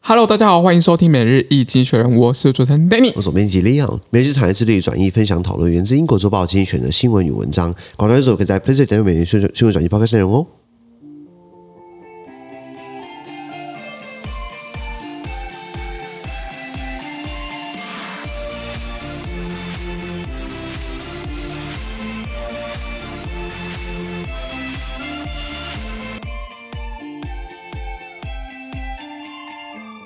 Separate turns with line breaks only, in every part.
Hello，大家好，欢迎收听每日易经学人，我是主持人 Danny。
我总编辑 Leon，每日团致力转译、分享、讨论源自英国《周报》精选的新闻与文章。广告有所可以在 PlayStation 点每日新闻新闻转译 Podcast 内容哦。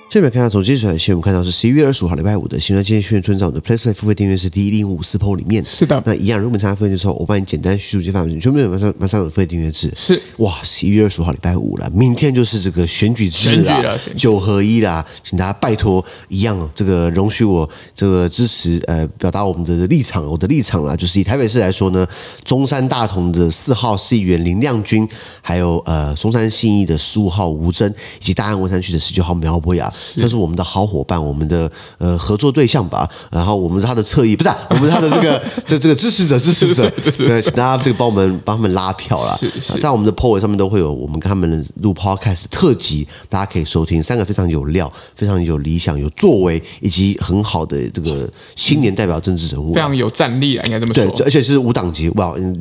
这边看到从精选的新闻，我们看到是十一月二十五号礼拜五的新闻。今天新闻村长的 PlayStation 付费订阅是第一零五四 PO 里面。
是的，
那一样，如果你参加付费的时候，我帮你简单叙述这范围，全部马上马上有付费订阅制。
是
哇，十一月二十五号礼拜五了，明天就是这个选举制
选举
啦
了选，举
九合一啦，请大家拜托一样哦，这个容许我这个支持呃表达我们的立场，我的立场啦，就是以台北市来说呢，中山大同的四号市议员林亮君，还有呃松山信义的十五号吴征，以及大安文山区的十九号苗博雅，他是我们的好伙伴，我们的呃合作对象吧，然后我们是他的侧翼，不 是、啊、我们是他的这个这这个支持者支持者，对，请大家这个帮我们帮他们拉票啦，
是是
啊在我们的 PO 文上面都会有我们跟他们的录 Podcast 特辑，大家可以收听。三个非常有料、非常有理想、有作为，以及很好的这个青年代表政治人物
非。常有战力啊，应该这么
对，
说。
而且是无党籍，哇！嗯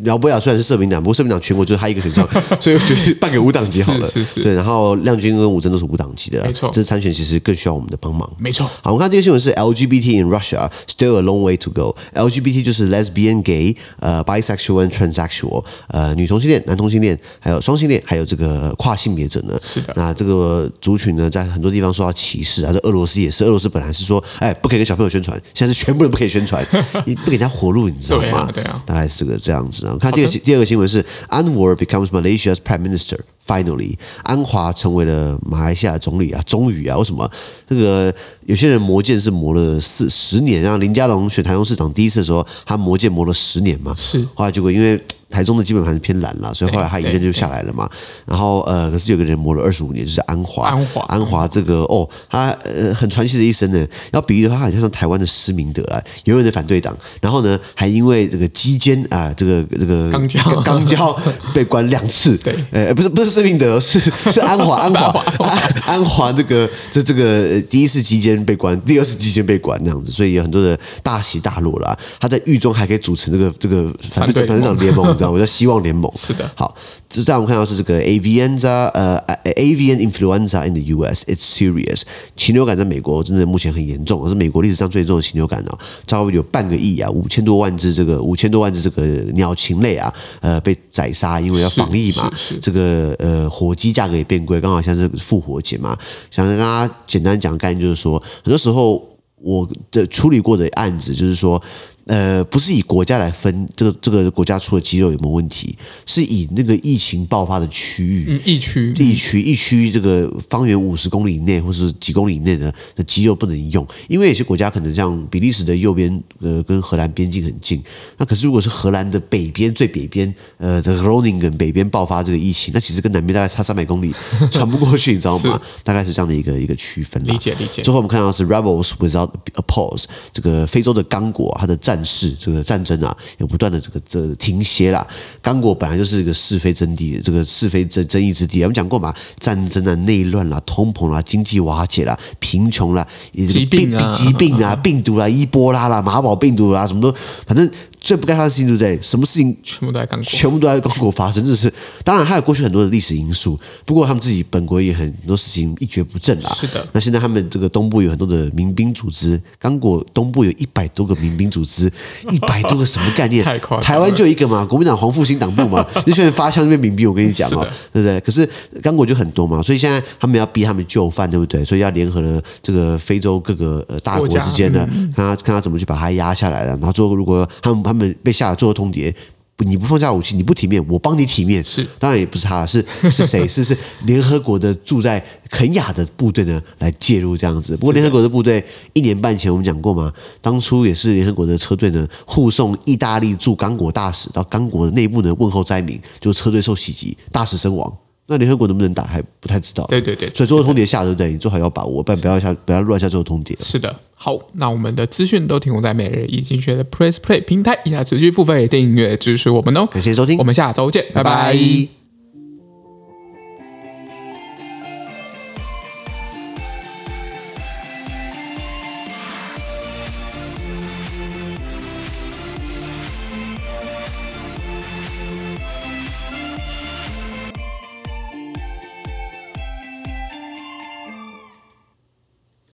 苗博雅虽然是社民党，不过社民党全国就是他一 个选上，所以我觉得办给无党籍好了。
是是是
对，然后亮君跟吴征都是无党籍的啦，
没错
这参选其实更需要我们的帮忙。
没错，
好，我们看第一个新闻是 LGBT in Russia still a long way to go。LGBT 就是 lesbian、gay、呃 bisexual and transsexual，呃女同性恋、男同性恋，还有双性恋，还有这个跨性别者呢。
是的
那这个族群呢，在很多地方受到歧视啊。这俄罗斯也是，俄罗斯本来是说，哎，不可以给小朋友宣传，现在是全部人不可以宣 传，你不给人家活路，你知道吗？
对啊对啊
大概是个这样子啊。我看第二个第二个新闻是安沃尔 becomes Malaysia's prime minister。Finally，安华成为了马来西亚的总理啊！终于啊，为什么这个有些人磨剑是磨了四十年啊？林佳龙选台中市长第一次的时候，他磨剑磨了十年嘛，
是
后来结果因为台中的基本盘是偏蓝啦，所以后来他一
对
任就下来了嘛。然后呃，可是有个人磨了二十五年，就是安华。
安华
安华这个哦，他呃很传奇的一生呢。要比喻的话，他很像像台湾的施明德啊，永远的反对党。然后呢，还因为这个基奸啊，这个这个
肛交
肛 交被关两次。
对
呃，不是不是施明德，是是安 华安华安 安华这个这这个呃第一次基奸被关，第二次基奸被关这样子，所以有很多的大起大落啦。他在狱中还可以组成这个这个
反
反对
对
反对党联 盟，你知道吗？叫希望联盟。
是的
好，这让我们看到是这个 avianza 呃呃 avian influenza in the U.S. It's serious。禽流感在美国真的目前很严重，是美国历史上最严重的禽流感哦，差不多有半个亿啊，五千多万只这个五千多万只这个鸟禽类啊，呃被宰杀，因为要
是
防疫嘛
是是，
这个呃火鸡价格也变贵，刚好现在是复活节嘛，想跟大家简单讲个概念，就是说很多时候。我的处理过的案子，就是说，呃，不是以国家来分这个这个国家出的鸡肉有没有问题，是以那个疫情爆发的区域。
嗯，疫区
地区一区这个方圆五十公里以内，或是几公里以内的的鸡肉不能用，因为有些国家可能像比利时的右边，呃，跟荷兰边境很近。那可是如果是荷兰的北边最北边，呃，的 Groningen 北边爆发这个疫情，那其实跟南边大概差三百公里， 传不过去，你知道吗？大概是这样的一个一个区分啦。
理解理解
最后我们看到是 Rebels without a pause，这个非洲的刚果、啊、它的战事，这个战争啊，有不断的这个这个停歇啦。刚果本来就是一个是非争地，这个是非争争议之地啊。我们讲过嘛，战争啊、内乱啦、通膨啦、经济瓦解啦、贫穷啦、以及
疾病啊
疾病啊、病毒啦、伊波拉啦、马堡病毒啦，什么都，反正最不该发生的事情，对不对？什么事情
全部都在刚果，
全部都在中国发生，这是当然，还有过去很多的历史因素。不过他们自己本国也很多事情一蹶不振啦。
是的
那现在他们这个东部有很多的民兵组织，刚果东部有一百多个民兵组织，一百多个什么概 念？
太夸张了
台湾就一个嘛，国民党黄复兴党 部嘛，那些人发枪就变民兵，我跟你讲哦，对不对？可是刚果就很多嘛，所以现在他们要逼他们就范，对不对？所以要联合了这个非洲各个呃大国
国家
之间的，
嗯
看他看他怎么去把它压下来了。然后最后如果他们他们被下了最后通牒。不你不放下武器，你不体面，我帮你体面。
是，
当然也不是他，是是谁？是是联合国的驻在肯雅的部队呢来介入这样子。不过联合国的部队一年半前我们讲过嘛，当初也是联合国的车队呢护送意大利驻刚果大使到刚果内部呢问候灾民，就车队受袭击，大使身亡。那联合国能不能打还不太知道。
对对对
所以最后通牒下，对不对？你最好要把握，不然不要下，不要乱下最后通牒。
是的，好，那我们的资讯都提供在每日易经学的 Press Play 平台，以下持续付费订阅支持我们哦。
感谢收听
我，们下周见，拜拜
拜